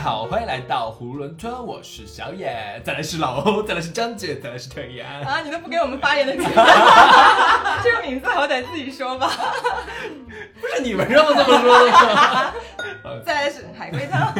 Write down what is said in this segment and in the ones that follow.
好，欢迎来到囫囵吞，我是小野，再来是老欧， 再来是张姐，再来是 腿阳。啊，你都不给我们发言的机会，这个名字好歹自己说吧。不是你们让我这么说的 吗？再来是海龟汤，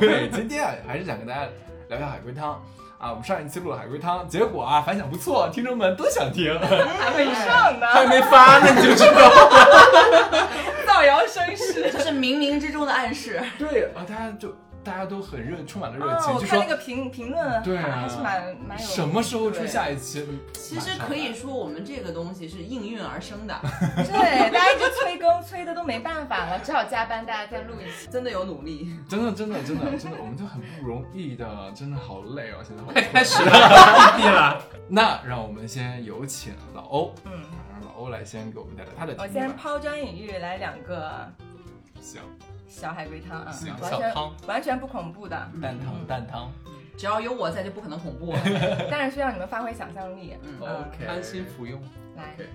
对，今天啊，还是想跟大家聊一下海龟汤啊。我们上一期录了海龟汤，结果啊反响不错，听众们都想 听，还会上呢，还没发呢你就知道。 造谣生 事。这是冥冥之中的暗示。对啊，大家就大家都很热，充满了热哦情，，我就看那说个评评论，对啊还是蛮蛮有什么时候出下一期？嗯其实可以说，我们这个东西是应运而生的，对，大家一直催更，催的都没办法了，只好加班，大家再录一期。 真的有努力。真的，真的，真的，真的，我们就很不容易的，真的好累哦，现在好开始了，闭了。 那让我们先有请老欧，嗯，啊让老欧来先给我们带来他的题我目先吧。抛砖引玉，来两个行，小海龟汤啊行，完小全汤完全不恐怖的，蛋汤，蛋汤只要有我在，就不可能恐怖。 但是需要你们发挥想象力。嗯， ，OK，安心服用。来 OK，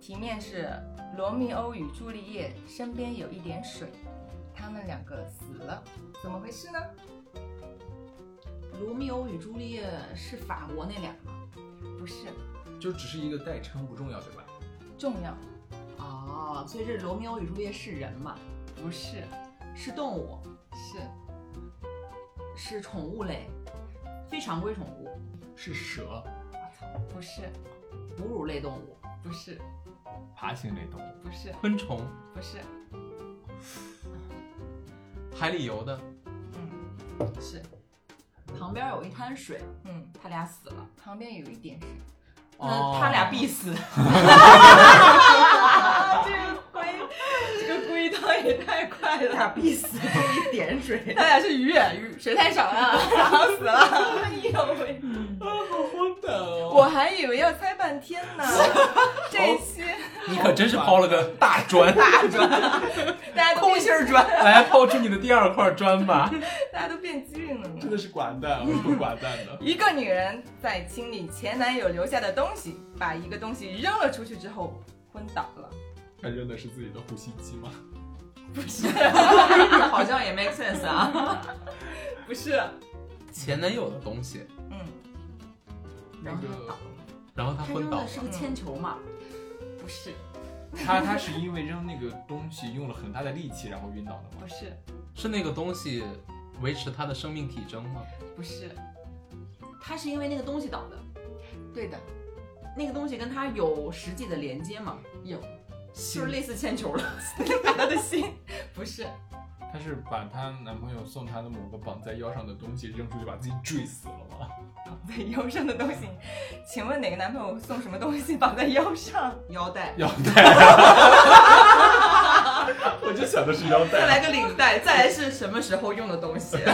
题面是罗密欧与朱丽叶身边有一点水，他们两个死了，怎么回事呢？罗密欧与朱丽叶是法国那俩吗？不是就只是一个代称，不重要，对吧？重要，哦，所以这罗密欧与朱丽叶是人嘛？不是是动物，是是宠物类，非常规宠物，是蛇，不是哺乳类动物，不是爬行类动物，不是昆虫，不是，海里游的，嗯是。旁边有一滩水，嗯，他俩死了，旁边有一点水。那他俩哦必死。啊， 这个龟，这个龟汤也太快他俩必死，就一点水。他俩是鱼眼鱼，水太少 了，然后死了。哎呦喂！ 荒诞哦。我还以为要猜半天 呢，这一期你可真是抛了个大砖，大家都变 儿砖。来抛出你的第二块砖吧。大家都变机灵了呢。真的是寡淡，我是不寡淡的。一个女人在清理前男友留下的东西，把一个东西扔了出去之后昏倒了。他扔的是自己的呼吸机 吗？不是，嗯 好像也 make sense 啊。不是，前男友的东西，嗯，那个，然后他他昏扔倒的了。 是个铅球嘛？不是，他他是因为扔那个东西用了很大的力气，然后晕倒的吗？不是，是那个东西维持他的生命体征吗？不是，他是因为那个东西倒的，对的，那个东西跟他有实际的连接嘛？有，就是类似铅球了。把她的心，不是，她是把她男朋友送她的某个绑在腰上的东西扔出去，把自己坠死了吗？ 在腰上的东西。请问哪个男朋友送什么东西绑在腰上？腰带，腰带，啊 我就想的是腰再带。啊来个领带，再来是什么时候用的东西？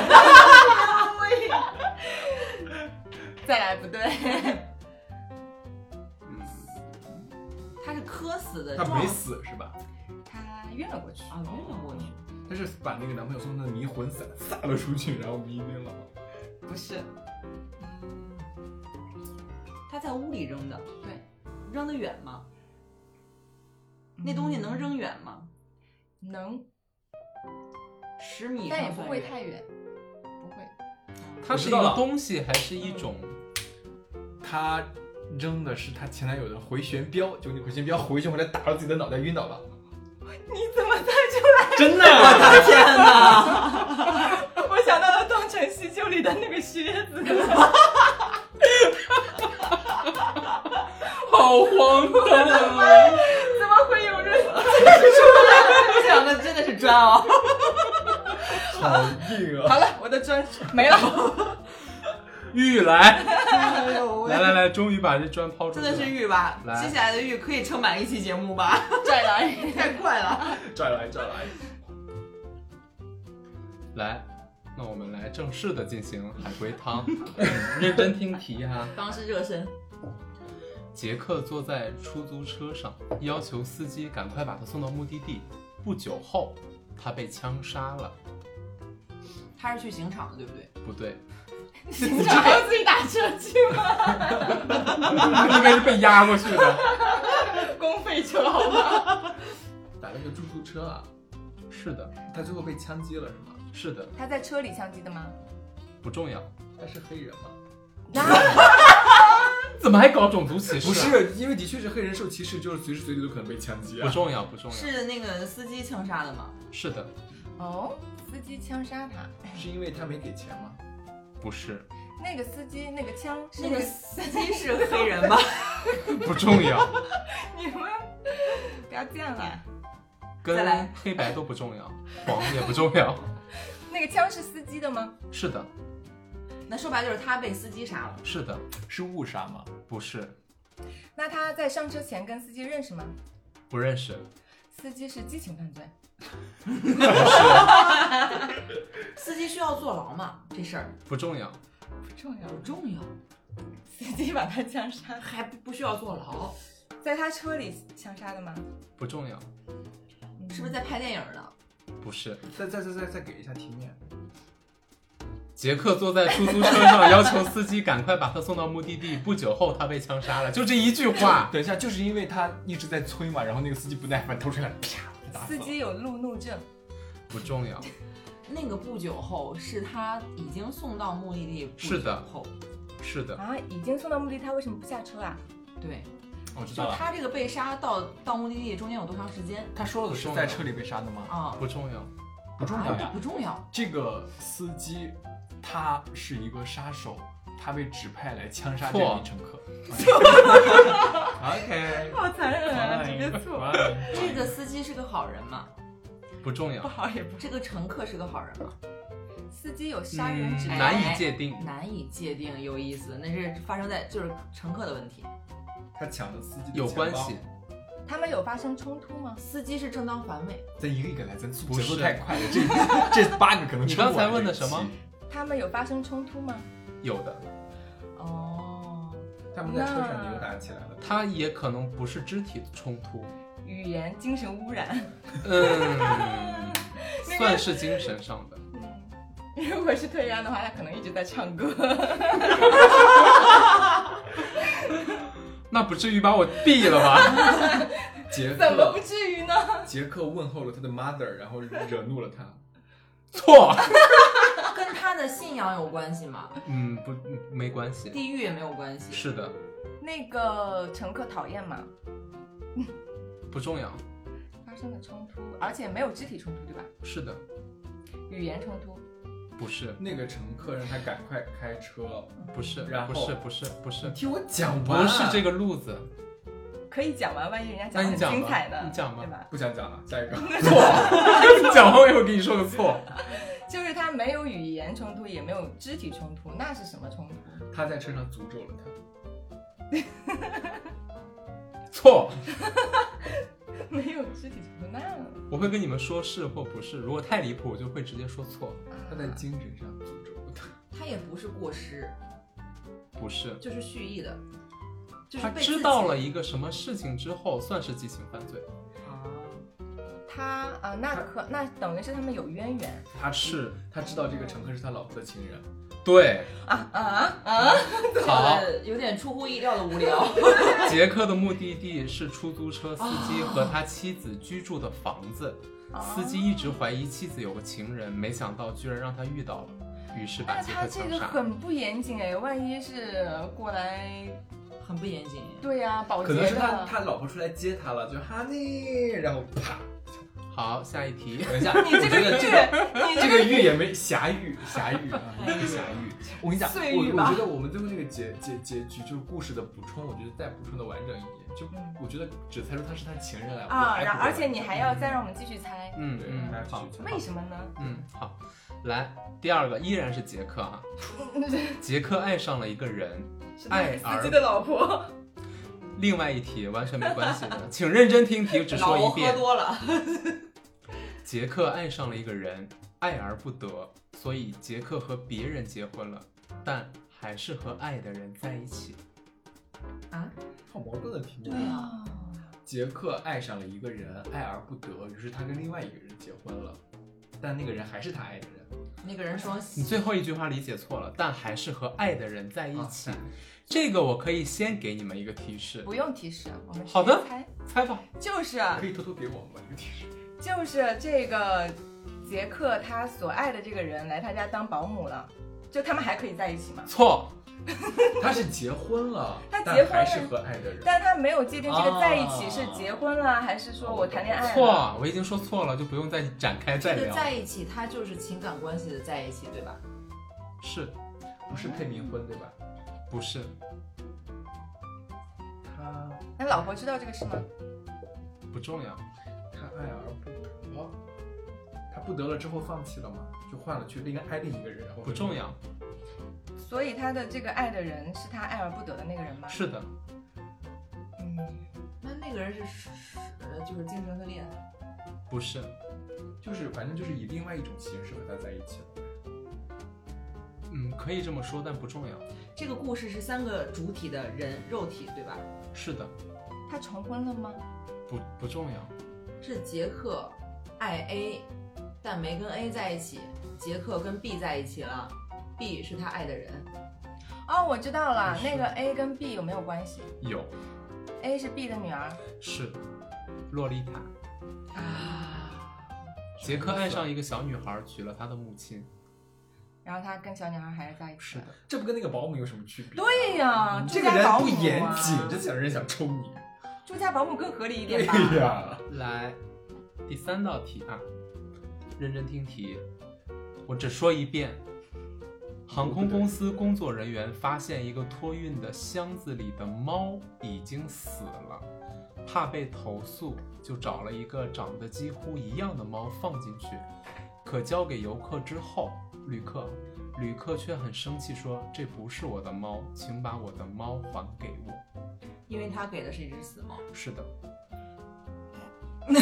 再来不对，他是磕死的，她撞没死是吧？她晕了过去。哦啊，晕了过去。她是把那个男朋友送她的迷魂散撒了出去，然后迷晕了吗。不是，他在屋里扔的，对，扔得远吗？嗯那东西能扔远吗？能，十米但也上不算会远太远，不会。它是一个东西还是一种？她扔的是她前男友的回旋镖，就那回旋镖回旋回来打到自己的脑袋，晕倒了。你怎么猜出真的？ 天哪！我想到了《东成西就》里的那个靴子，好荒诞 啊！怎么会有人？我想的真的是砖哦。 好硬啊！好了， 我的砖没 了。玉来，哎呦喂来来来，终于把这砖抛出真去了。的是玉吧？来接下来的玉可以撑满一期节目 吧？再来，太快了！拽来拽来，来，那我们来正式的进行海龟汤， 嗯认真听题哈、刚是热身，杰克坐在出租车上，要求司机赶快把他送到目的地。不久后，他被枪杀了。他是去刑场的，对不对？不对，警察还要自己打车去吗？应该是被压过去的。公费车好吧？打了个出租车啊！ 是的，她最后被枪击了是吗？是的，他在车里枪击的吗？不重要。他是黑人吗？那怎么还搞种族歧视？不，是，因为的确是黑人受歧视，就是随时随地都可能被枪击不啊。重要，不重要。是那个司机枪杀的吗？是的，哦，司机枪杀他，是因为他没给钱吗？不是， 那个司机那个枪那个司机是黑人吗？不重要， 你们不要这样啦！再跟来黑白都不重要，黄也不重要。那个枪是司机的吗？是的，那说白了就是他被司机杀了。是的，是误杀吗？不是，那他在上车前跟司机认识吗？不认识。司机是激情犯罪，司机需要坐牢吗？这事儿不重要，不重要不。重要，司机把他枪 杀，还不不需要坐牢，在他车里枪杀的吗？不重要，是不是在拍电影呢？不是。再再再再再给一下题面。杰克坐在出租车上，要求司机赶快把他送到目的地。不久后，他被枪杀了，就这一句话。等一下，就是因为他一直在催嘛，然后那个司机不耐烦，掏出来啪打死司了。机有路怒症，不重要，那个不久后是他已经送到目的地，是的不久后是的，啊，已经送到目的地，他为什么不下车啊？对，哦我知就道是了，他这个被杀到到目的地中间有多长时间他说的是在车里被杀的吗？啊？不重要，不重要啊呀。不重要，这个司机他是一个杀手，他被指派来枪杀这错名乘 客。OK，好残忍啊！直接错， fine，fine 这个司机是个好人吗？不重要不，好也不。这个乘客是个好人吗？ 司机有杀人指哎嗯南难以界定。难以界定，有意思，那是发生在就是乘客的问题。他抢了司机的有钱包关系，，他们有发生冲突吗？司机是正当防卫，咱一个一个来，咱速不节是奏太快 了，这这八个可能你撑不刚才完问的这一什么期？他们有发生冲突吗？有的，哦，他们在车上扭打起来了。他也可能不是肢体冲突，语言精神污染。嗯，算是精神上的。嗯， 如果是退让的话，他可能一直在唱歌。 那不至于把我毙了吧？杰克怎么不至于呢？杰克问候了他的 mother，然后惹怒了他。错，跟他的信仰有关系吗？ 嗯，不，没关系。地域也没有关系。是的，那个乘客讨厌吗？不重要。发生了冲突，而且没有肢体冲突，对吧？是的，语言冲突，不是，那个乘客让他赶快开车。不是，然后不是，不是，不是，听我讲完，不是这个路子。 可以讲完，万一人家那讲得很你讲吧精彩的，你讲吧对吧？不想讲了，下一个。错，讲完我给你说个错。就是他没有语言冲突，也没有肢体冲突，那是什么冲突？ 他在车上诅咒了他， 错，没有肢体冲突，那啊我会跟你们说是或不是。如果太离谱，我就会直接说错。他在精神上诅咒了他。他也不是过失，不是，就是蓄意的，就是他被自己知道了一个什么事情之后，算是激情犯罪。啊，他啊，那可那等于是他们有渊源他是他知道这个乘客是他老婆的情人，对，啊啊啊！好，有点出乎意料的无 聊。杰克的目的地是出租车司机哦和他妻子居住的房子。司机一直怀疑妻子有个情人，没想到居然让他遇到了，于是把那杰哎他克这枪个杀。很不严谨哎，万一是过来，很不严谨。对呀、保洁可的，能是他他老婆出来接他了，就哈尼，然后啪。好，下一题。等一下，你这个我觉得剧，你这这个个玉也没狭玉，狭玉啊，一个狭玉。我跟你讲，碎玉我我吧觉得我们最后这个结结结局就是故事的补充，我觉得再补充的完整一点，就嗯我觉得只猜出他是他情人来啊，然后而且你还要嗯再让我们继续猜，嗯对嗯，还好要，继续为什么呢？嗯好，来第二个依然是杰克 啊。杰克爱上了一个人，是他爱司而机的老婆，另外一题完全没关系的，请认真听题，只老说一喝遍。多了，杰克爱上了一个人，爱而不得，所以杰克和别人结婚了，但还是和爱的人在一起。好矛盾的题目对。啊杰克爱上了一个人，爱而不得，于是他跟另外一个人结婚了，但那个人还是他爱的人。那个人说你最后一句话理解错了，但还是和爱的人在一起。啊这个我可以先给你们一个提 示，不用提示，我们直接好的猜，猜吧。就是啊 可以偷偷给我们吗？这个提示。就是这个杰克他所爱的这个人来他家当保姆了，就他们还可以在一起吗？错，他是结婚了，他但结婚还了是和爱的人。但他没有界定这个在一起啊是结婚了，还是说我谈恋爱了？错，我已经说错了，就不用再展开再这个聊。在一起，它就是情感关系的在一起，对吧？是不是配冥婚对吧？不是？他那老婆知道这个事吗？不重要。他爱而不得，他不得了之后放弃了吗？就换了去另爱另一个人，然后不重要。所以他的这个爱的人是他爱而不得的那个人吗？是的，嗯，那那个人是，呃，就是精神分裂，不是，就是反正就是以另外一种形式和他在一起了。嗯，可以这么说，但不重要。这个故事是三个主体的人肉体，对吧？是的，他重婚了吗？不不重要。是杰克爱 A，但没跟 A 在一起，杰克跟 B 在一起了，B 是他爱的人，哦，我知道了，嗯是那个 A 跟 B 有没有关系有？A 是 B 的女儿，是，洛丽塔，啊，杰克爱上一个小女孩，娶了她的母亲。然后他跟小女孩还是在一起是了。的，这不跟那个保姆有什么区别？嗯对呀、这住个家人保不姆严啊谨，这小人想抽你。住家保姆更合理一对点吧？呀，来，第三道题啊，认真听题，我只说一遍。航空公司工作人员发现一个托运的箱子里的猫已经死了，怕被投诉，就找了一个长得几乎一样的猫放进去。可交给游客之后，旅客旅客却很生气说：“这不是我的猫，请把我的猫还给我。因为他给的是一只死猫，”是的，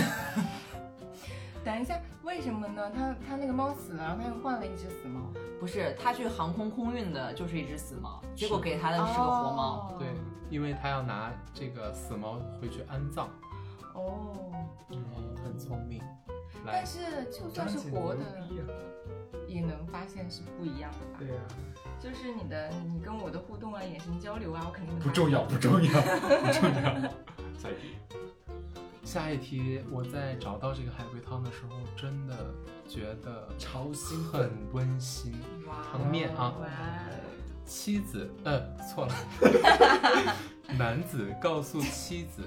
等一下，为什么呢？他他那个猫死了，然后他又换了一只死猫，不是他去航空空运的就是一只死猫，结果是给他的嗯是个活猫，哦对，因为他要拿这个死猫回去安葬。哦，嗯，很聪明。来但，是就算是活的，也能发现是不一样的吧？啊对呀，就是你的你跟我的互动啊，眼神交流啊，我肯定能不发重现要，不重要，不重要。 下一题，下一题，我在找到这个海龟汤的时候，真的觉得超兴奋很。温馨。哇横面啊哇哦妻子，呃，错 了，男子告诉妻子，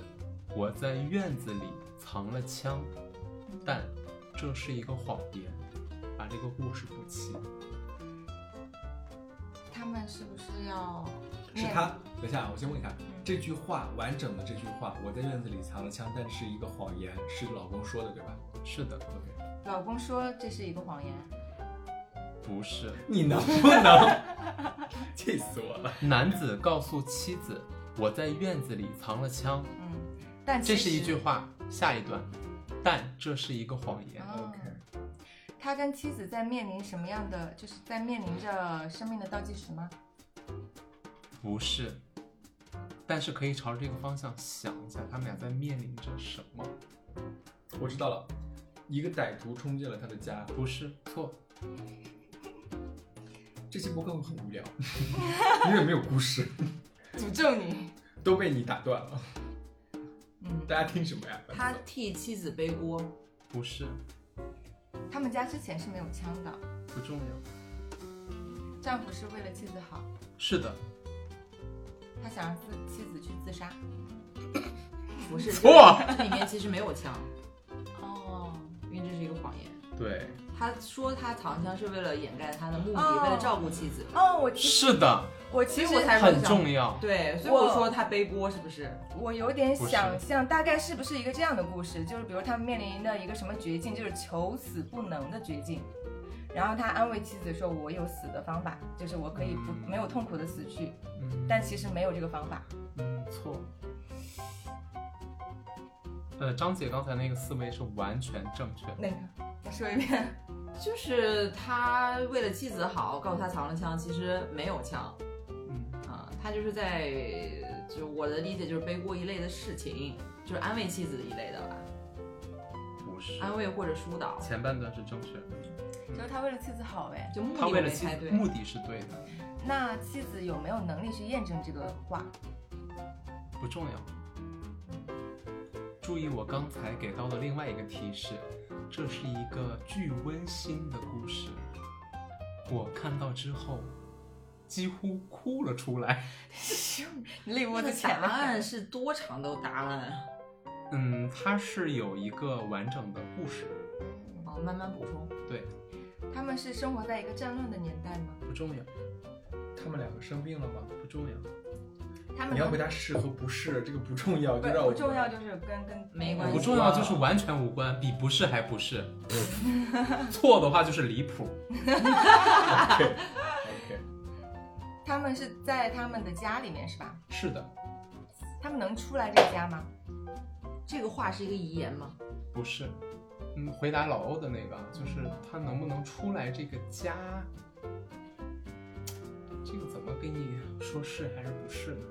我在院子里藏了枪，但这是一个谎言，把这个故事补齐。他们是不是要是面他，等一下啊，我先问一下，这句话完整的这句话，我在院子里藏了枪，但是一个谎言，是老公说的，对吧是的， ？OK，老公说这是一个谎言，不是。你 能不能？气死我了！男子告诉妻子，我在院子里藏了枪，嗯，但这其是一实句话，下一段，但这是一个谎言。哦他跟妻子在面临什么样的，就是在面临着生命的倒计时吗？不是，但是可以朝着这个方向想一下，他们俩在面临着什么？我知道了，一个歹徒冲进了他的家，不是，错，这期播客会很无聊，因为没有故事，诅咒你，都被你打断了。嗯， 大家听什么呀？他替妻子背锅，不是，他们家之前是没有枪的，不重要。丈夫是为了妻子好，是的，他想让自妻子去自杀。不是错，这里面其实没有枪，哦，因为这是一个谎言。对，他说他藏枪是为了掩盖他的目的，哦为了照顾妻子。哦，我其是的，我其实所以我才很重要。对，所以我我说他背锅是不是？我有点不是想象，大概是不是一个这样的故事？就是比如他们面临的一个什么绝境，就是求死不能的绝境。然后他安慰妻子说：“我有死的方法，就是我可以不、嗯没有痛苦的死去。”嗯，但其实没有这个方法。嗯，错。呃，张姐刚才那个思维是完全正确的，那个，再 说一遍。就是他为了妻子好，告诉他藏了枪，其实没有枪嗯，啊、他就是在，就我的理解就是背锅一类的事情，就是安慰妻子一类的吧，不是。啊安慰或者疏导，前半段是正确的，就是他为了妻子好哎，就目的他我为了没妻猜子对，目的是对的，那妻子有没有能力去验证这个话？不重要。注意我刚才给到的另外一个提示，这是一个巨温馨的故事。我看到之后，几乎哭了出来。 泪窝子 答浅了。案是多长的答案啊？嗯，它是有一个完整的故事，哦，慢慢补充。对，他们是生活在一个战乱的年代吗？不重要，他们两个生病了吗？不重要。他们你要回答是和不是，这个不重要，就让不我不重要，就是跟跟没关系不重要就是完全无关，比不是还不是。 错的话就是离谱。 OK OK，他们是在他们的家里面是吧？是的，他们能出来这个家吗？这个话是一个遗言吗？不是。嗯，回答老欧的那个，就是他能不能出来这个家，这个怎么给你说是还是不是呢？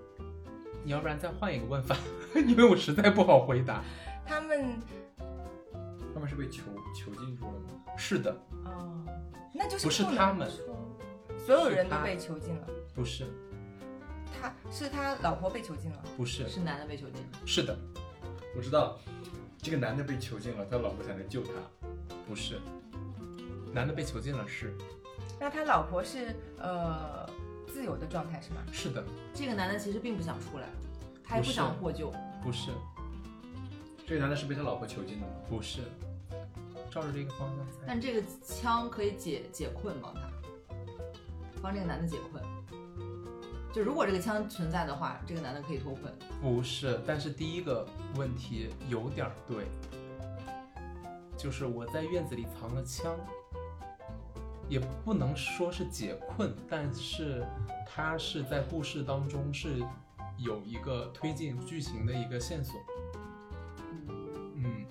你要不然再换一个问法， 因为我实在不好回答。他们他们是被囚囚禁住了吗？是的，哦，那就是不是能他们出所有人都被囚禁了。不是，他是他老婆被囚禁了，不是，是男的被囚禁了，是的，我知道，这个男的被囚禁了，他老婆才能救他。不是。男的被囚禁了，是那他老婆是呃自由的状态是吗？是的，这个男的其实并不想出来，他也不不是想获救。不是，这个男的是被他老婆囚禁的吗？不是。照着这个方向猜，但这个枪可以解解困，帮他，帮这个男的解困。就如果这个枪存在的话，这个男的可以脱困。不是。但是第一个问题有点儿对，就是我在院子里藏了枪，也不能说是解困，但是它是在故事当中是有一个推进剧情的一个线索。嗯，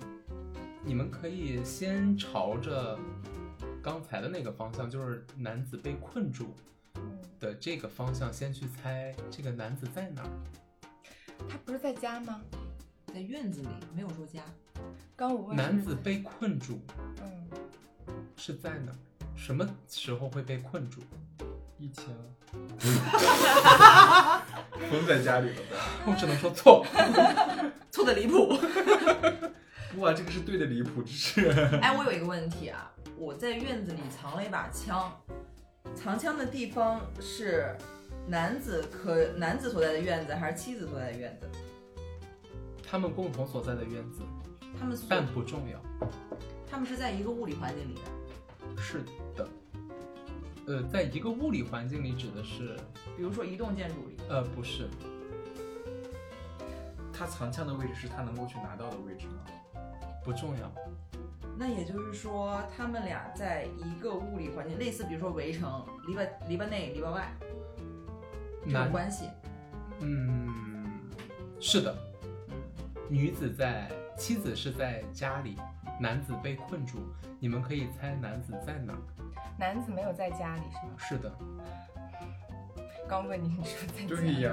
你们可以先朝着刚才的那个方向，就是男子被困住的这个方向先去猜这个男子在哪儿。他不是在家吗？在院子里没有说家，刚我问男是子被困住嗯，是在哪儿？什么时候会被困住？疫情，封在家里了吧？ 我只能说错。错的离谱。 哇，这个是对的离谱，这是。哎，我有一个问题啊，我在院子里藏了一把枪，藏枪的地方是男子可男子所在的院子，还是妻子所在的院子？他们共同所在的院子，他们所但不重要。他们是在一个物理环境里的，是的，呃，在一个物理环境里指的是，比如说一栋建筑里。呃，不是，他藏枪的位置是他能够去拿到的位置吗？不重要。那也就是说，他们俩在一个物理环境，类似比如说围城，篱笆篱笆内、篱笆外这男种关系。嗯，是的，女子在，妻子是在家里，男子被困住。你们可以猜男子在哪儿？男子没有在家里是吗？是的，刚问您说在家，对呀、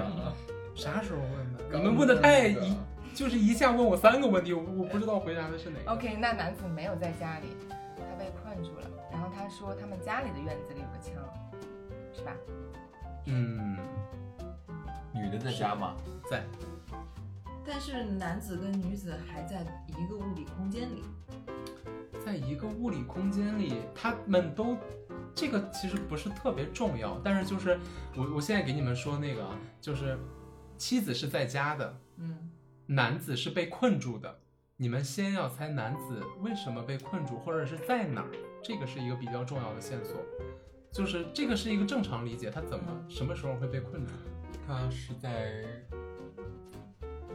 啥时候问的？刚你们问的太问的一，就是一下问我三个问题，我我不知道回答的是哪个。 OK，那男子没有在家里，他被困住了。然后他说他们家里的院子里有个枪，是吧？嗯，女的在家吗？在，但是男子跟女子还在一个物理空间里，在一个物理空间里，他们都。这个其实不是特别重要，但是就是我我现在给你们说那个啊，就是妻子是在家的，嗯，男子是被困住的。你们先要猜男子为什么被困住，或者是在哪儿，这个是一个比较重要的线索。就是这个是一个正常理解，他怎么嗯什么时候会被困住？他是在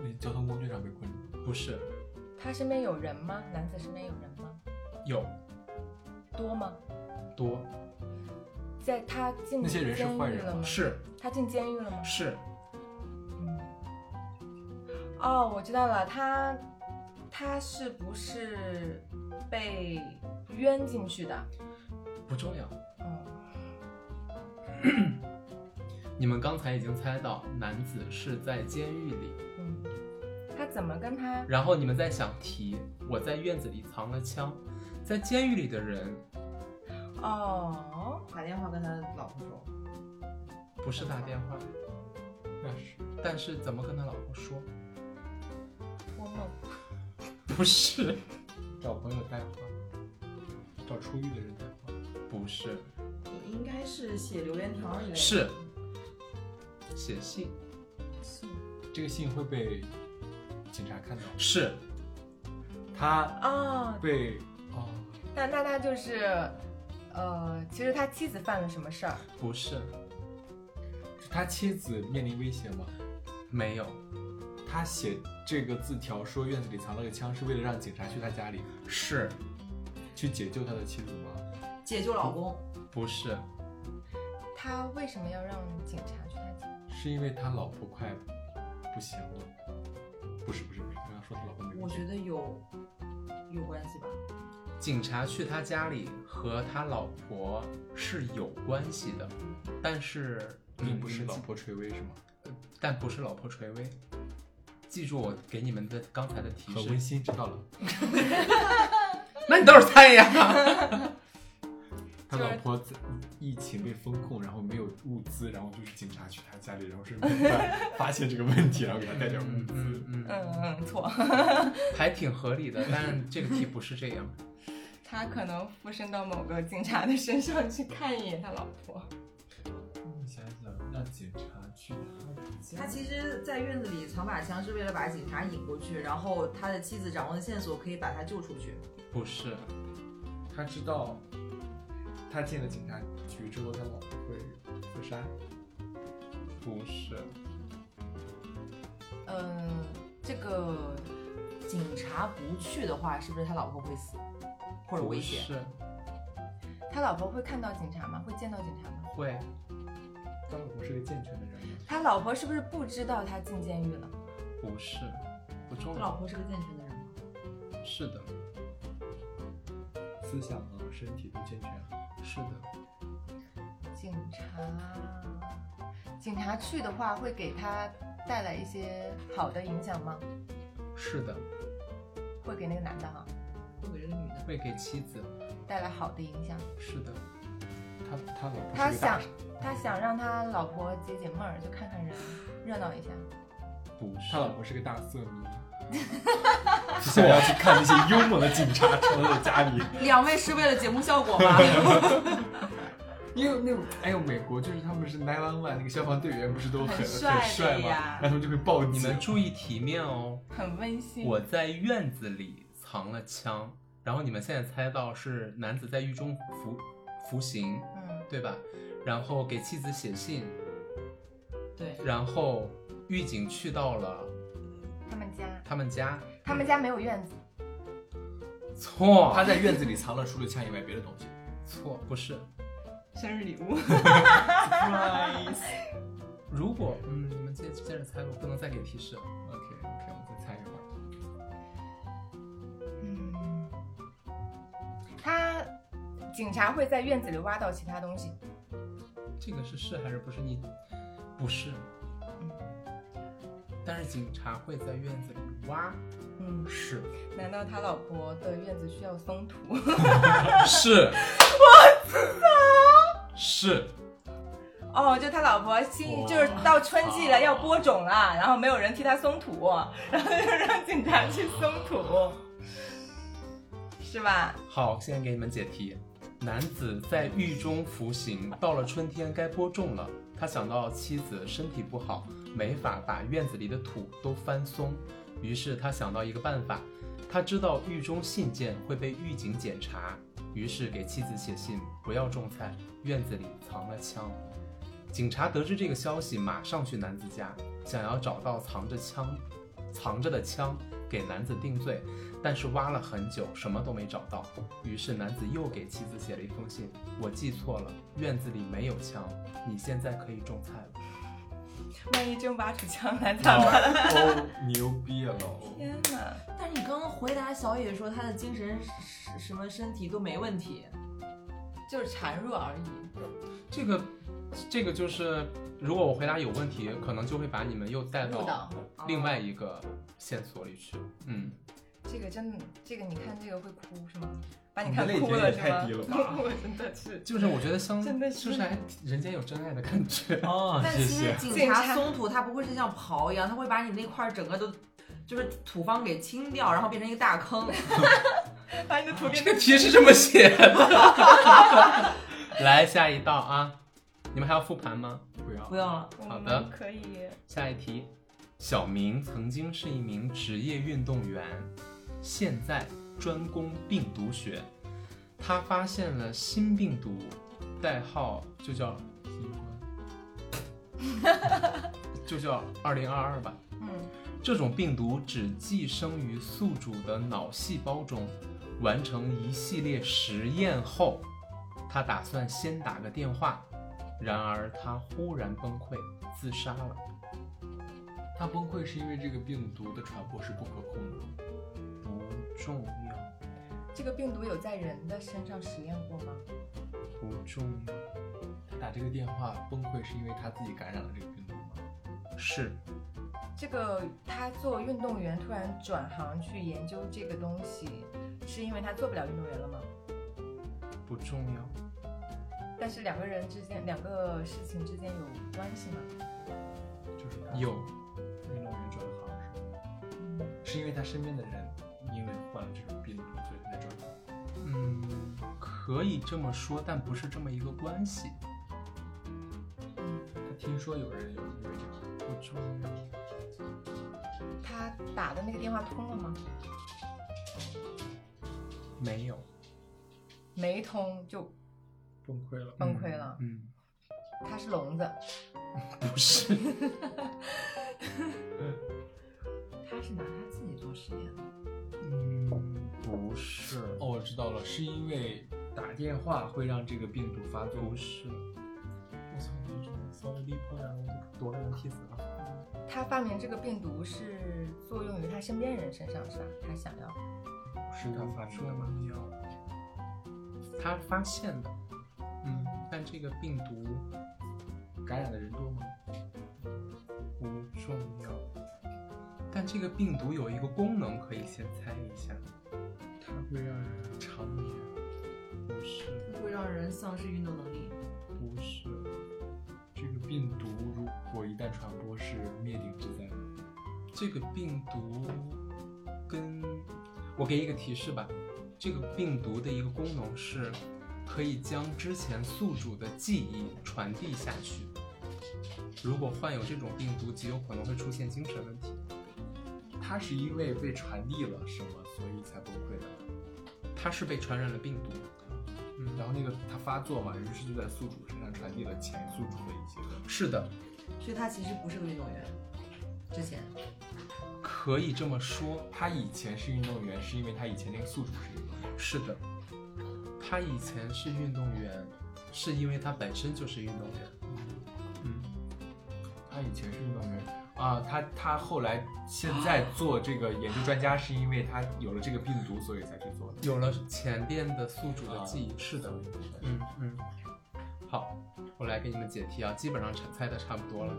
那交通工具上被困住。不是，他身边有人吗？男子身边有人吗？有多吗？多在他进那些人是监狱坏人了吗吗？是他进监狱了吗？是嗯。哦，我知道了，他他是不是被冤进去的？不重要。嗯，你们刚才已经猜到男子是在监狱里，嗯，他怎么跟他？然后你们在想题，我在院子里藏了枪，在监狱里的人哦，嗯打电话跟他老婆说，不是打电话，那是但是怎么跟他老婆说？托梦。不是，找朋友带话，找出狱的人带话。不是，你应该是写留言条一类的是写信，这个信会被警察看到，是他啊，被哦，那那他就是，呃，其实他妻子犯了什么事儿？不是他妻子面临威胁吗？没有他写这个字条说院子里藏了个枪，是为了让警察去他家里是去解救他的妻子吗？解救老公，不是他为什么要让警察去他家？是因为他老婆快不行了？不是不是不是，刚刚说他老婆没我问觉题。得有有关系吧。警察去他家里和他老婆是有关系的，但是并不是老记婆垂危是吗？但不是老婆垂危。记住我给你们的刚才的提很温示，馨，知道了。 那你倒是猜呀！他就是老婆在疫情被封控，然后没有物资，然后就是警察去他家里，然后顺便发发现这个问题，然后给他带点物嗯资嗯。嗯，嗯嗯，错，还挺合理的，但这个题不是这样。他可能附身到某个警察的身上去看一眼他老婆。我想想，让警察去他他其实，在院子里藏把枪是为了把警察引过去，然后他的妻子掌握的线索可以把他救出去。不是，他知道他进了警察局之后，他老婆会自杀。不是，呃嗯，这个警察不去的话，是不是他老婆会死或者不危险？是他老婆会看到警察吗？会见到警察吗？会他老婆是个健全的人吗？他老婆是不是不知道他进监狱了？不是不重他要老。婆是个健全的人吗？是的，思想啊，身体都健全。是的，警察，警察去的话会给他带来一些好的影响吗？是的，会给那个男的哈、会给这个女的？会给妻子。带来好的影响。是的，他他老婆他是个大想他想让他老婆解解闷儿，就看看人，热闹一下。不是。他老婆是个大色 迷，就想要去看那些幽默的警察藏在家里。 两位是为了节目效果吗？因为那种，哎呦，美国就是他们是 nine one one 那个消防队员不是都很很帅的很帅吗？呀然后他们就会报你警。们注意题面哦。很温嗯馨。我在院子里藏了枪，然后你们现在猜到是男子在狱中服服刑，嗯，对吧？然后给妻子写信，对，然后狱警去到了他们家，他们家。他们家没有院子，错，他在院子里藏了除了枪以外别的东 西。错不是。生日礼物。如果嗯，你们接接着猜，我不能再给提示。 OK OK，我再猜一会儿。嗯，他警察会在院子里挖到其他东西。这个是是还是不是你？不是。但是警察会在院子里挖，嗯，是难道他老婆的院子需要 松土？是，我知道，是哦，就他老婆新哇就是到春季了，啊要播种了，然后没有人替他松土，然后就让警察去松 土，是吧？好，现在给你们解题。男子在狱中服刑，到了春天该播种了。他想到妻子身体不好，没法把院子里的土都翻松，于是他想到一个办法。他知道狱中信件会被狱警检查，于是给妻子写信，不要种菜，院子里藏了枪。警察得知这个消息，马上去男子家，想要找到藏着枪、藏着的枪，给男子定罪。但是挖了很久，什么都没找到。于是男子又给妻子写了一封信：“我记错了，院子里没有枪，你现在可以种菜了。万一真挖出枪来 咋办？哦，牛逼了！天哪！但是你刚刚回答小野说他的精神是什么身体都没问题，就是孱弱而已。”这个，这个就是，如果我回答有问题，可能就会把你们又带误导到另啊外一个线索里去。嗯，这个真的，这个你看这个会哭是吗？把你你看的泪哭点了也是太吗？低了吧 我真的是。就是我觉得相嗯真的是就是还人间有真爱的感觉。哦 但其实。警警察察松土，他不会是像刨一样，他会把你那块儿整个都，就是土方给清掉，然后变成一个大坑。 这个题是这么写 的。来下一道啊，你们还要复盘吗？不要不用了，我好们的可以下一题，小明曾经是一名职业运动员，现在专攻病毒学。他发现了新病毒，代号就叫， 就叫二零二二吧。嗯这种病毒只寄生于宿主的脑细胞中，完成一系列实验后，他打算先打个电话，然而他忽然崩溃自杀了。他崩溃是因为这个病毒的传播是不可控的，不重要，这个病毒有在人的身上实验过吗？不重要，他打这个电话崩溃是因为他自己感染了这个病毒吗？是这个他做运动员突然转行去研究这个东西，是因为他做不了运动员了吗？不重要，但是两个人之间，两个事情之间有关系吗？就是他有运动员转行是吗是因为他身边的人因为患了这种病毒，所以他才转行。嗯，可以这么说，但不是这么一个关系，他听说有人有因为这个，不重要，他打的那个电话通了吗？没有没通就崩溃了。崩溃了。嗯，他是聋子，不是，他是拿他自己做实验的，嗯，不是，哦，我知道了，是因为打电话会让这个病毒发作。不是，我操，你这骚逼破呀！我多让人踢死了。他发明这个病毒是作用于他身边人身上，是吧？他想要嗯是他发出说了吗？没有，他发现的，嗯，但这个病毒感染的人多吗？不重要。但这个病毒有一个功能，可以先猜一下，它会让人长眠。不是，会让人丧失运动能力。不是这个病毒，如果一旦传播是灭顶之灾。这个病毒跟我给一个提示吧，这个病毒的一个功能是可以将之前宿主的记忆传递下去。如果患有这种病毒，极有可能会出现精神问题。它是因为被传递了什么，所以才崩溃的。它是被传染了病毒，嗯然后那个它发作嘛，于是就在宿主身上传递了前宿主的一些个。是的，所以他其实不是个运动员。之前可以这么说，他以前是运动员，是因为他以前那个宿主是运动员。是的。他以前是运动员，是因为他本身就是运动员。嗯，他以前是运动员啊，他他后来现在做这个研究专家，是因为他有了这个病毒，所以才去做的。有了前边的宿主啊的记忆，是的。嗯，嗯，好，我来给你们解题啊，基本上猜的差不多了。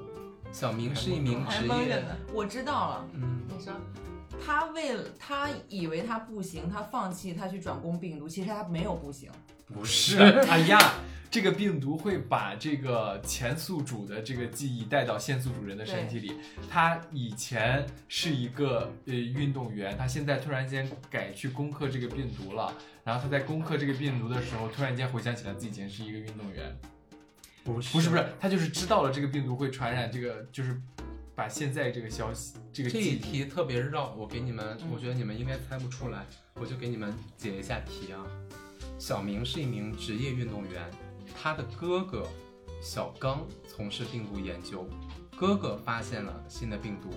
小明是一名职业，我知道了，嗯，你说他为了他以为他不行，他放弃，他去转攻病毒，其实他没有不行。 不是，哎呀，这个病毒会把这个前宿主的这个记忆带到现宿主人的身体里。他以前是一个呃运动员，他现在突然间改去攻克这个病毒了。然后他在攻克这个病毒的时候，突然间回想起来自己以前是一个运动员。不是不是不， 是，他就是知道了这个病毒会传染，这个就是把现在这个消息这个这记一忆题特别绕，我给你们，嗯我觉得你们应该猜不出来，我就给你们解一下题啊。小明是一名职业运动员，他的哥哥小刚从事病毒研究，哥哥发现了新的病毒。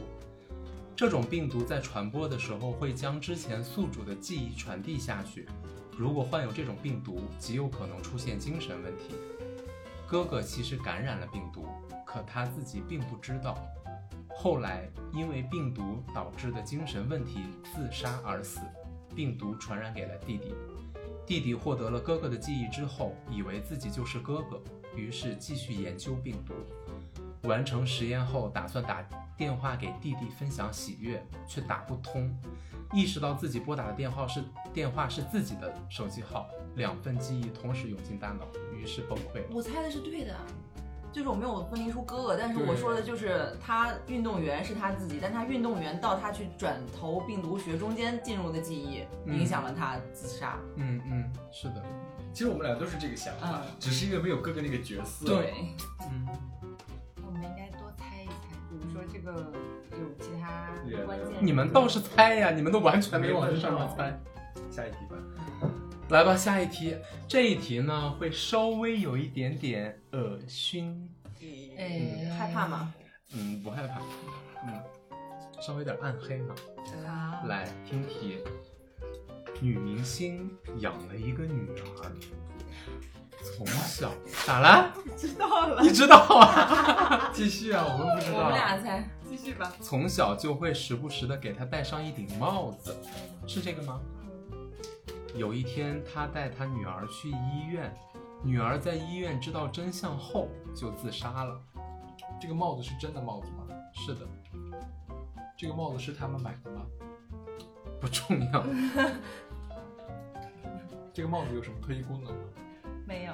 这种病毒在传播的时候会将之前宿主的记忆传递下去，如果患有这种病毒，极有可能出现精神问题。哥哥其实感染了病毒，可他自己并不知道。后来因为病毒导致的精神问题自杀而死，病毒传染给了弟弟。弟弟获得了哥哥的记忆之后，以为自己就是哥哥，于是继续研究病毒。完成实验后，打算打电话给弟弟分享喜悦，却打不通，意识到自己拨打的电话是电话是自己的手机号，两份记忆同时涌进大脑，于是崩溃了。我猜的是对的，就是我没有分离出哥哥，但是我对说的就是他运动员是他自己，但他运动员到他去转投病毒学中间进入的记忆，嗯影响了他自杀。嗯嗯，是的，其实我们俩都是这个想法，嗯只是因为没有哥哥那个角色。，嗯，我们应该多猜一猜，比如说这个有其他也关键，你们倒是猜呀，你们都完全嗯没往这上面猜。下一题吧。来吧，下一题，这一题呢会稍微有一点点恶心，哎害怕 吗？嗯，不害怕，嗯，稍微有点暗黑嘛。啊，来听题，女明星养了一个女儿，从小咋啦？知道了，你知道啊？ 继续啊，我们不知我道们。俩猜，继续吧。从小就会时不时的给她戴上一顶帽子，是这个吗？有一天，他带他女儿去医院，女儿在医院知道真相后就自杀了。这个帽子是真的帽子吗？是的，这个帽子是他们买的吗？不重要。这个帽子有什么特异功能吗？没有，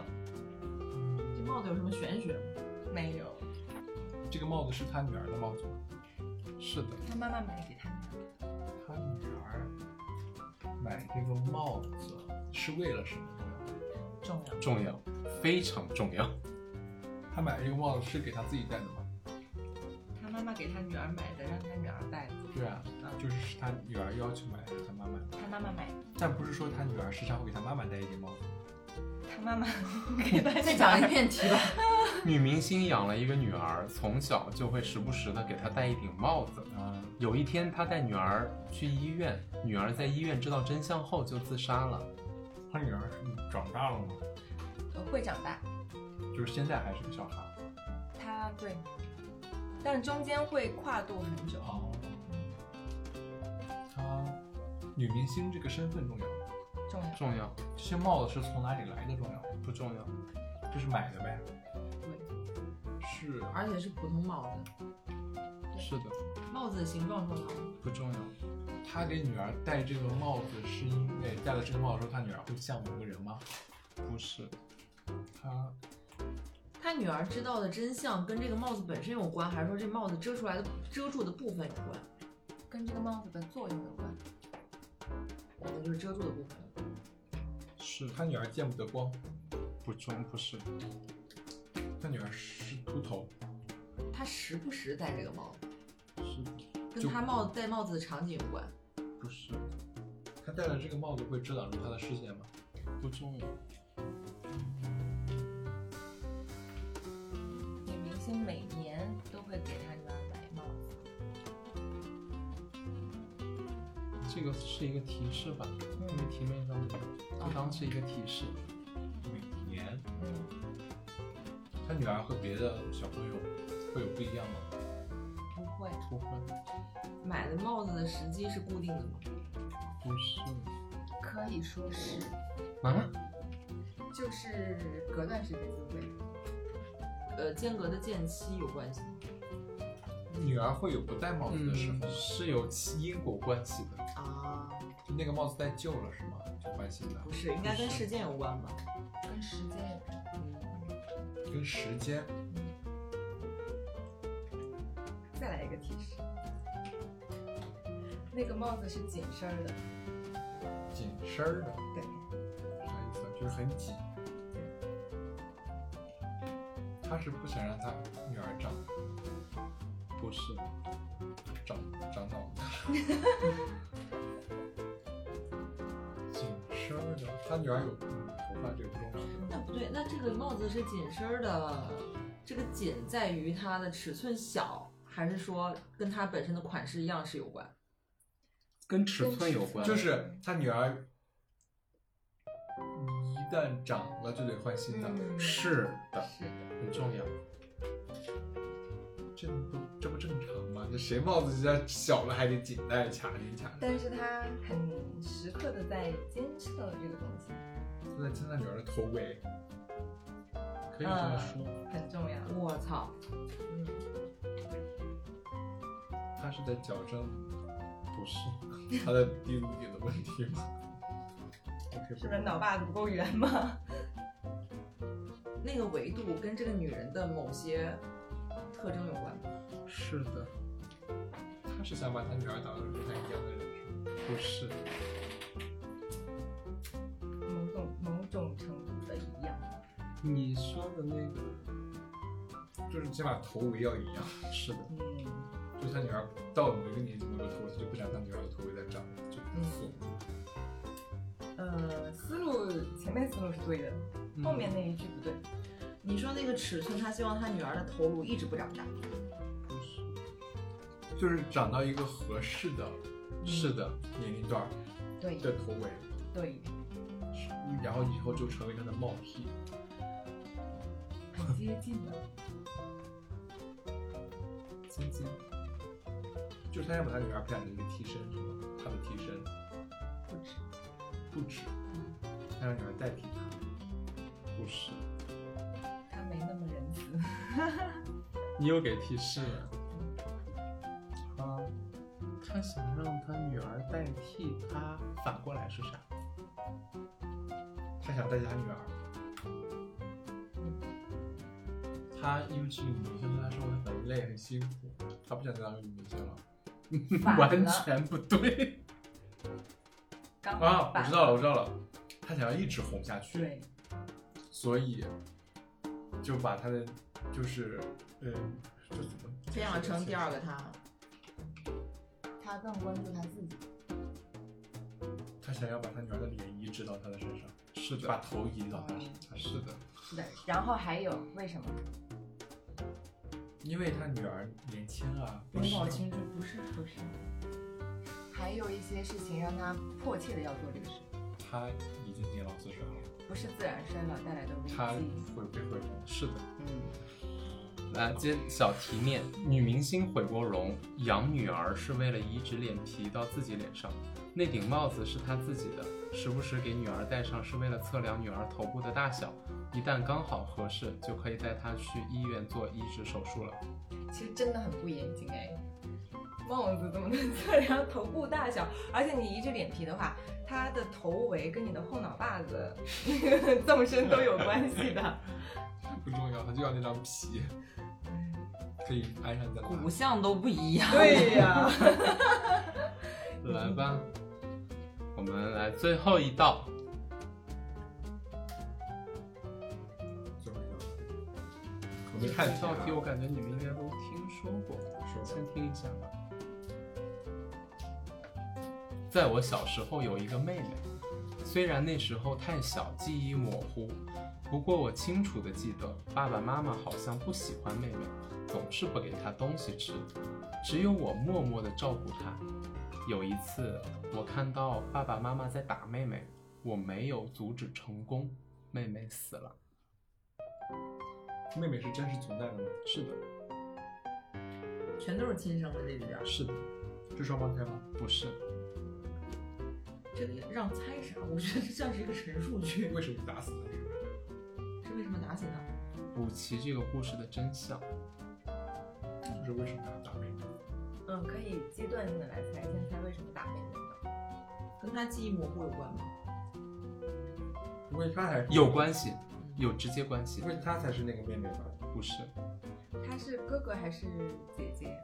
这帽子有什么玄学吗？没有，这个帽子是他女儿的帽子吗？是的，他妈妈买给他的，他女儿买这个帽子是为了什么？重要。重要，非常重要。他买这个帽子是给他自己戴的吗？他妈妈给他女儿买的，让他女儿戴的，对啊，就是是他女儿要求买的，他妈妈。他妈妈买的，但不是说他女儿时常会给他妈妈戴一顶帽子。他妈妈 给他嗯再女讲一儿，遍题吧。女明星养了一个女儿，从小就会时不时的给她戴一顶帽子。啊，有一天，她带女儿去医院，女儿在医院知道真相后就自杀了。他女儿长大了吗？会长大，就是现在还是个小孩。他对，但中间会跨度很久，哦，他女明星这个身份重要吗？重要，重要这些帽子是从哪里来的重要吗？不重要？就是买的呗。对，是 而且是普通帽子，是的，帽子的形状重要吗？不重要。他给女儿戴这个帽子，是因为戴了这个帽子之后，他女儿会像某个人吗？不是，他他女儿知道的真相跟这个帽子本身有关，还是说这帽子遮出来的遮住的部分有关？跟这个帽子的作用有关，我们就是遮住的部分。是他女儿见不得光，不重不是他女儿是秃头，他时不时戴这个帽子，是跟就他帽戴帽子的场景有关。不是他戴了这个帽子会遮挡住他的视线吗？不重要？女明星每年都会给他女儿买帽子，这个是一个提示吧，因为嗯题面上没有，就当是一个提示。每年嗯，他女儿和别的小朋友会有不一样吗？不会，不会，买的帽子的时机是固定的吗？不是可以说是，啊？就是隔段时间就会，呃，间隔的间期有关系吗？女儿会有不戴帽子的时候吗，是有其因果关系的，啊，就那个帽子戴旧了是吗？就换新的不，是，应该跟事件有关吧？跟时间有关，跟时间再来一个提示，那个帽子是紧身儿的，紧身儿的，对，啥意思啊？就是很紧。他是不想让他女儿长不是长长脑 袋。紧身儿的，他女儿有嗯头发，这个不重要是吧。那不对，那这个帽子是紧身儿的，这个紧在于它的尺寸小，还是说跟它本身的款式样式有关？跟尺寸有关，就是他女儿一旦长了就得换新的，嗯是的，是的，很重要。这不这不正常吗？这谁帽子家小了还得紧带卡紧卡的？但是他很时刻的在监测这个东西，现在现在女儿的头围可以这么说，很重要，我操，她是在矫正不是，她的第五点的问题吗？OK，是不是脑坝子不够圆吗？那个维度跟这个女人的某些特征有关吧。是的，他是想把他女儿当成跟他一样的人。不是，某种某种程度的一样。你说的那个就是起码头围要一样， 是的，嗯就是他女儿到某一个年纪某个头，他就不想他女儿的头围再长，就很损。呃，思路前面思路是对的，嗯后面那一句不对。你说那个尺寸，他希望他女儿的头颅一直不长大。不是，就是长到一个合适的、适的年龄段儿对的头围，对，然后以后就成为他的帽癖。很接近了。晶晶，就是他想把他女儿培养成一个替身，是吗？他的替身不止，不止，他让女儿代替他。不是，他没那么仁慈。你又给提示了。啊，他想让他女儿代替他，反过来是啥？他想代替他女儿，他因为是女明星，他生活很累很辛苦，他不想再当个女明星了。反了完全 不对。 刚啊，我反知道了，我知道了，他想要一直红下去。对，所以就把他的就是呃，这怎么培养成第二个他，他更关注他自己。他想要把他女儿的脸移植到他的身上，是把，头移到他身上，是的，是的，然后还有为什么？因为他女儿年轻啊，永是葆青春，不是不是，还有一些事情让他迫切的要做这个事，他已经年老色衰了，不是自然衰老带来的危他机。会被毁容。是的。嗯，来接小题面，女明星毁过容，养女儿是为了移植脸皮到自己脸上，那顶帽子是她自己的，时不时给女儿戴上是为了测量女儿头部的大小，一旦刚好合适，就可以带她去医院做移植手术了。其实真的很不严谨哎。帽子怎么能测量头部大小？而且你移植脸皮的话，它的头围跟你的后脑把子 纵深都有关系的。不重要，他就要那张皮，可以安上在骨相都不一样。对呀、来吧，我们来最后一道，最后一道我这没看道题题我啊，感觉你们应该都听说过。说先听一下吧。在我小时候有一个妹妹，虽然那时候太小，记忆模糊，不过我清楚的记得，爸爸妈妈好像不喜欢妹妹，总是不给她东西吃，只有我默默的照顾她。有一次，我看到爸爸妈妈在打妹妹，我没有阻止成功，妹妹死了。妹妹是真实存在的吗？是的，全都是亲生的这里边儿，是的，是双胞胎吗？不是，这个让猜啥？我觉得这像是一个陈述句。为什么打死的？这为什么打死他？补齐这个故事的真相。就是为什么要打妹妹？嗯，可以阶段性的来猜，先猜为什么打妹妹呢？跟他记忆模糊有关吗？因为他才是有关系，嗯有直接关系因，为他才是那个妹妹吧？不是他是哥哥还是姐姐？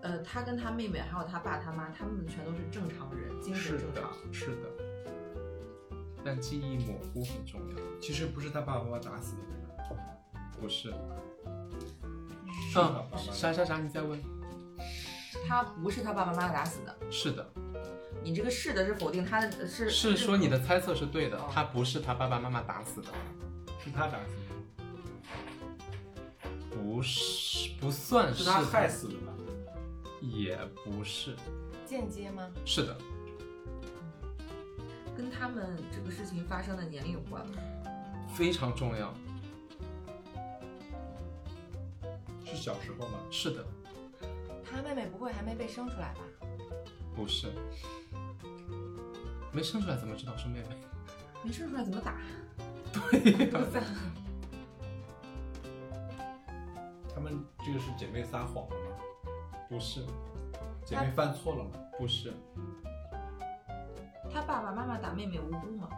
呃，他跟他妹妹还有他爸他妈，他们全都是正常人，精神正常。，是的。但记忆模糊很重要，其实不是他爸爸妈妈打死的，不是？是他啊爸，爸啥啥啥？你再问？他不是他爸爸妈妈打死的，是的，你这个是的是否定他的是是说你的猜测是对的嗯哦，他不是他爸爸妈妈打死的，是他打死的。不是，不算是是他害，死的吧？也不是，间接吗？是的，跟他们这个事情发生的年龄有关吗？非常重要，是小时候吗？是的，他妹妹不会还没被生出来吧？不是。没生出来怎么知道是妹妹？没生出来怎么打？ 他们这个是姐妹撒谎了吗？不是，姐妹犯错了吗？不是，他爸爸妈妈打妹妹无辜吗？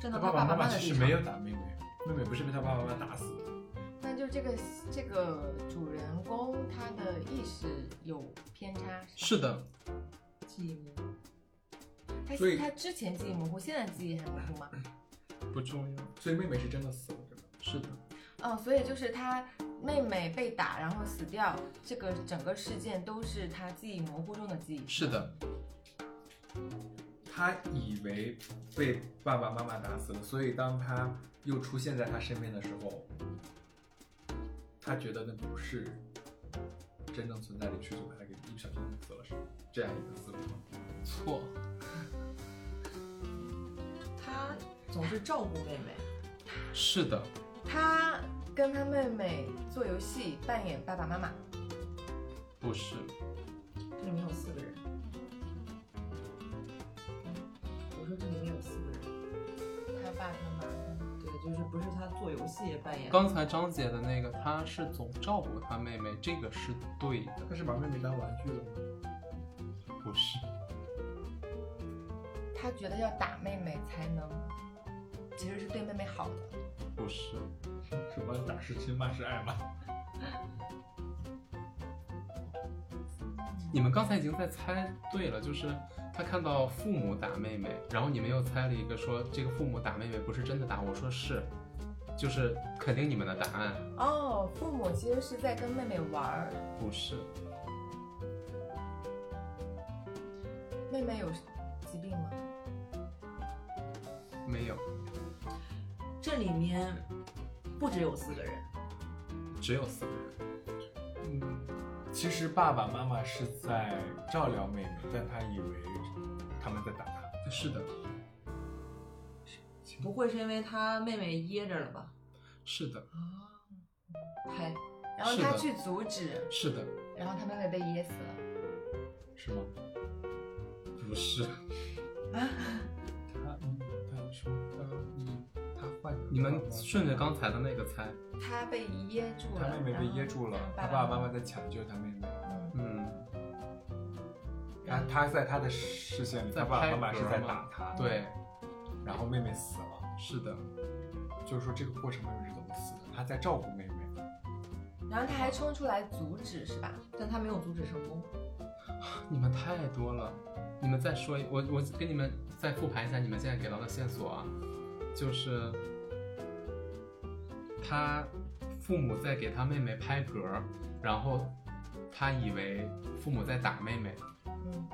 站他到爸爸妈妈的其立实场。没有打妹妹，妹妹不是被他爸爸妈妈打死的。但就是这个这个主人公他的意识有偏差，是的，记忆模糊他所以嗯他之前记忆模糊，现在记忆还模糊吗？不重要。所以妹妹是真的死了，对吧？是的，哦，所以就是他妹妹被打然后死掉，这个整个事件都是他记忆模糊中的记忆。是的，她以为被爸爸妈妈打死了，所以当她又出现在她身边的时候，她觉得那不是真正存在的驱逐，把她给一不小心弄死了，是这样一个思路吗？错，他总是照顾妹妹，是的，他跟他妹妹做游戏，扮演爸爸妈妈。不是，这里面有四个人。我说这里面有四个人，他爸他妈，对，就是不是他做游戏扮演，刚才张姐的那个，她是总照顾她妹妹，这个是对的，她是把妹妹当玩具了吗？不是，他觉得要打妹妹才能，其实是对妹妹好的。不是，什么打是亲，骂是爱吗？你们刚才已经在猜对了，就是他看到父母打妹妹，然后你们又猜了一个说这个父母打妹妹不是真的打，我说是，就是肯定你们的答案哦，父母其实是在跟妹妹玩儿，不是，妹妹有疾病吗？没有，这里面不只有四个人，只有四个人，嗯，其实爸爸妈妈是在照料妹妹，但她以为他们在打她。是的，不会是因为他妹妹噎着了吧？是的，啊，嗨，然后是的他去阻止，是的，然后他妹妹被噎死了。是吗？不是，他嗯，他说他嗯，他换你们顺着刚才的那个猜，他被噎住他了，妹妹被噎住了，他爸爸妈妈在抢救他妹妹。嗯，嗯，然后他在他的视线里，在他爸爸拍妈妈是嗝在吗打他，，对，然后妹妹死了，是的，就是说这个过程妹妹是怎么死的？他在照顾妹妹，然后他还冲出来阻止，是吧？但他没有阻止成功。你们太多了，你们再说一，我我给你们再复盘一下你们现在给到的线索啊，就是他父母在给他妹妹拍嗝儿，然后他以为父母在打妹妹，哦嗯，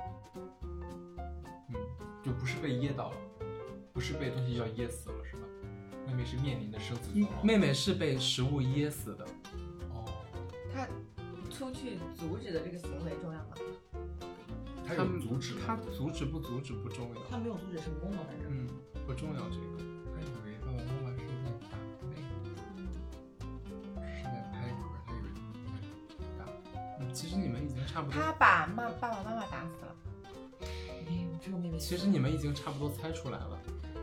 嗯，就不是被噎到了，不是被东西要噎死了，是吧？妹妹是面临的生死存亡。嗯妹妹是被食物噎死的，哦，他出去阻止的这个行为重要吗？嗯他他有们阻止吗他阻止不阻止不重要，他没有阻止成功嘛，反正。嗯，不重要这个，他以为爸爸妈妈是在打妹妹，是在拍嗝，他以为在打。嗯其实你们已经差不多，他把妈爸爸妈妈打死了，没有，哎只有妹妹。其实你们已经差不多猜出来了，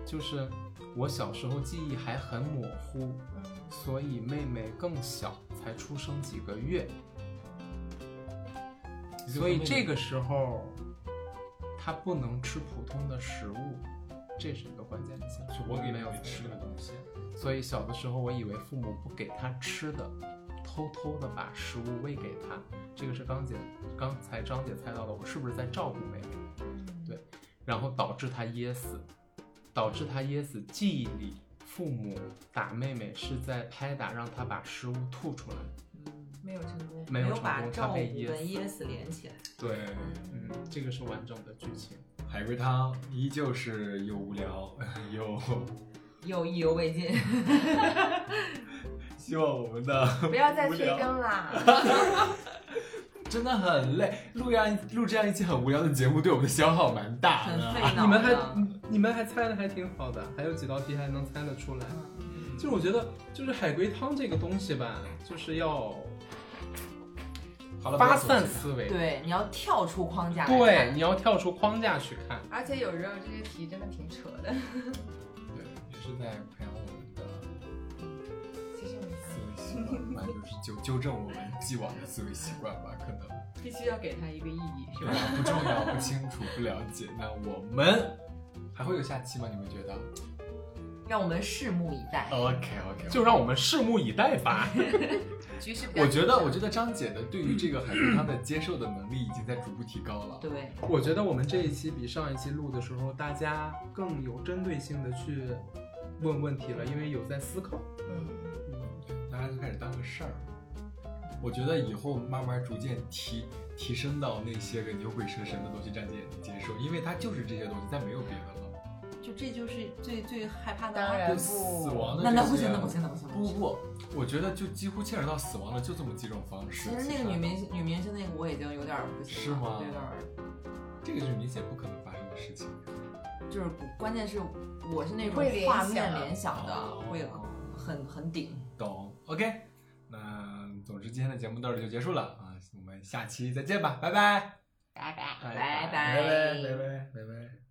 就是我小时候记忆还很模糊。嗯，所以妹妹更小，才出生几个月，所以这个时候她不能吃普通的食物，这是一个关键的信息是。我给没妹有妹吃的东西，所以小的时候我以为父母不给她吃的，偷偷的把食物喂给她。这个是刚姐刚才张姐猜到的，我是不是在照顾妹妹？嗯对然后导致她噎死，导致她噎死。记忆里，父母打妹妹是在拍打，让她把食物吐出来。嗯没有成功。没有成把功，他照顾被跟噎噎死。死连起来。对，嗯，这个是完整的剧情。海龟汤依旧是又无聊 又，又意犹未尽，希望我们的不要再无催聊更啦！真的很累，录样录这样一期很无聊的节目，对我们的消耗蛮大很费的。脑。你们还你们还猜的还挺好的，还有几道题还能猜得出来。就是我觉得，就是海龟汤这个东西吧，就是要好了，发散思 维，对，你要跳出框架。对，，你要跳出框架去看。 而且有时候这些题真的挺扯的，对，也是在培养我们的其实思你维习惯，吧，就是纠纠正我们既往的思维习惯吧，可 能必须要给他一个意义，是对吧？吧不重要、不清楚、不了解。那我们还会有下期吗？你们觉得？让我们拭目以待。 OK OK，就让我们拭目以待吧。局势比较我觉得，紧张我觉得张姐的对于这个海龟汤的接受的能力已经在逐步提高了。嗯对，我觉得我们这一期比上一期录的时候，大家更有针对性的去问问题了，因为有在思考。嗯，大家就开始当个事儿了。我觉得以后慢慢逐渐提提升到那些个牛鬼蛇神的东西，张姐也能接受，因为它就是这些东西，再没有别的了。就这就是最最害怕的。当然就死亡的那那这哎不些行，那不行，那不行。那不不不，我觉得就几乎牵扯到死亡了，就这么几种方式。其实那个女明星，女明星那个我已经有点儿不行了，是吗有点儿这个是明显不可能发生的事情。就是关键是我是那种会联画面想联想的，哦会很很顶。懂？OK，那总之今天的节目到这就结束了啊，我们下期再见吧，拜拜，拜拜拜拜哎拜拜拜拜拜拜。